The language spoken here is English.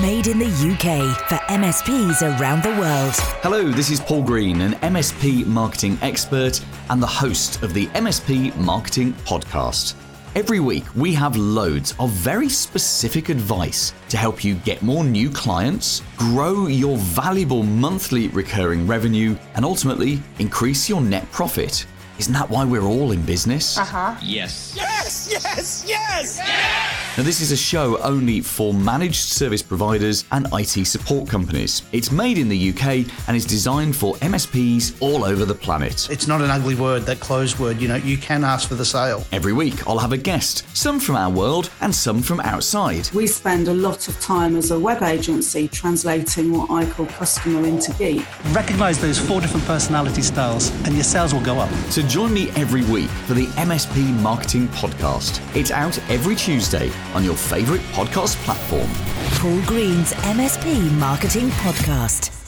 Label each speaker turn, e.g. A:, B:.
A: made in the UK for MSPs around the world.
B: Hello, this is Paul Green, an MSP marketing expert and the host of the MSP Marketing Podcast. Every week, we have loads of very specific advice to help you get more new clients, grow your valuable monthly recurring revenue, and ultimately increase your net profit. Isn't that why we're all in business?
C: Yes.
B: Now, this is a show only for managed service providers and IT support companies. It's made in the UK and is designed for MSPs all over the planet.
D: It's not an ugly word, that closed word. You know, you can ask for the sale.
B: Every week, I'll have a guest, some from our world and some from outside.
E: We spend a lot of time as a web agency translating what I call customer into geek.
F: Recognize those four different personality styles, and your sales will go up.
B: So join me every week for the MSP Marketing Podcast. It's out every Tuesday on your favourite podcast platform.
A: Paul Green's MSP Marketing Podcast.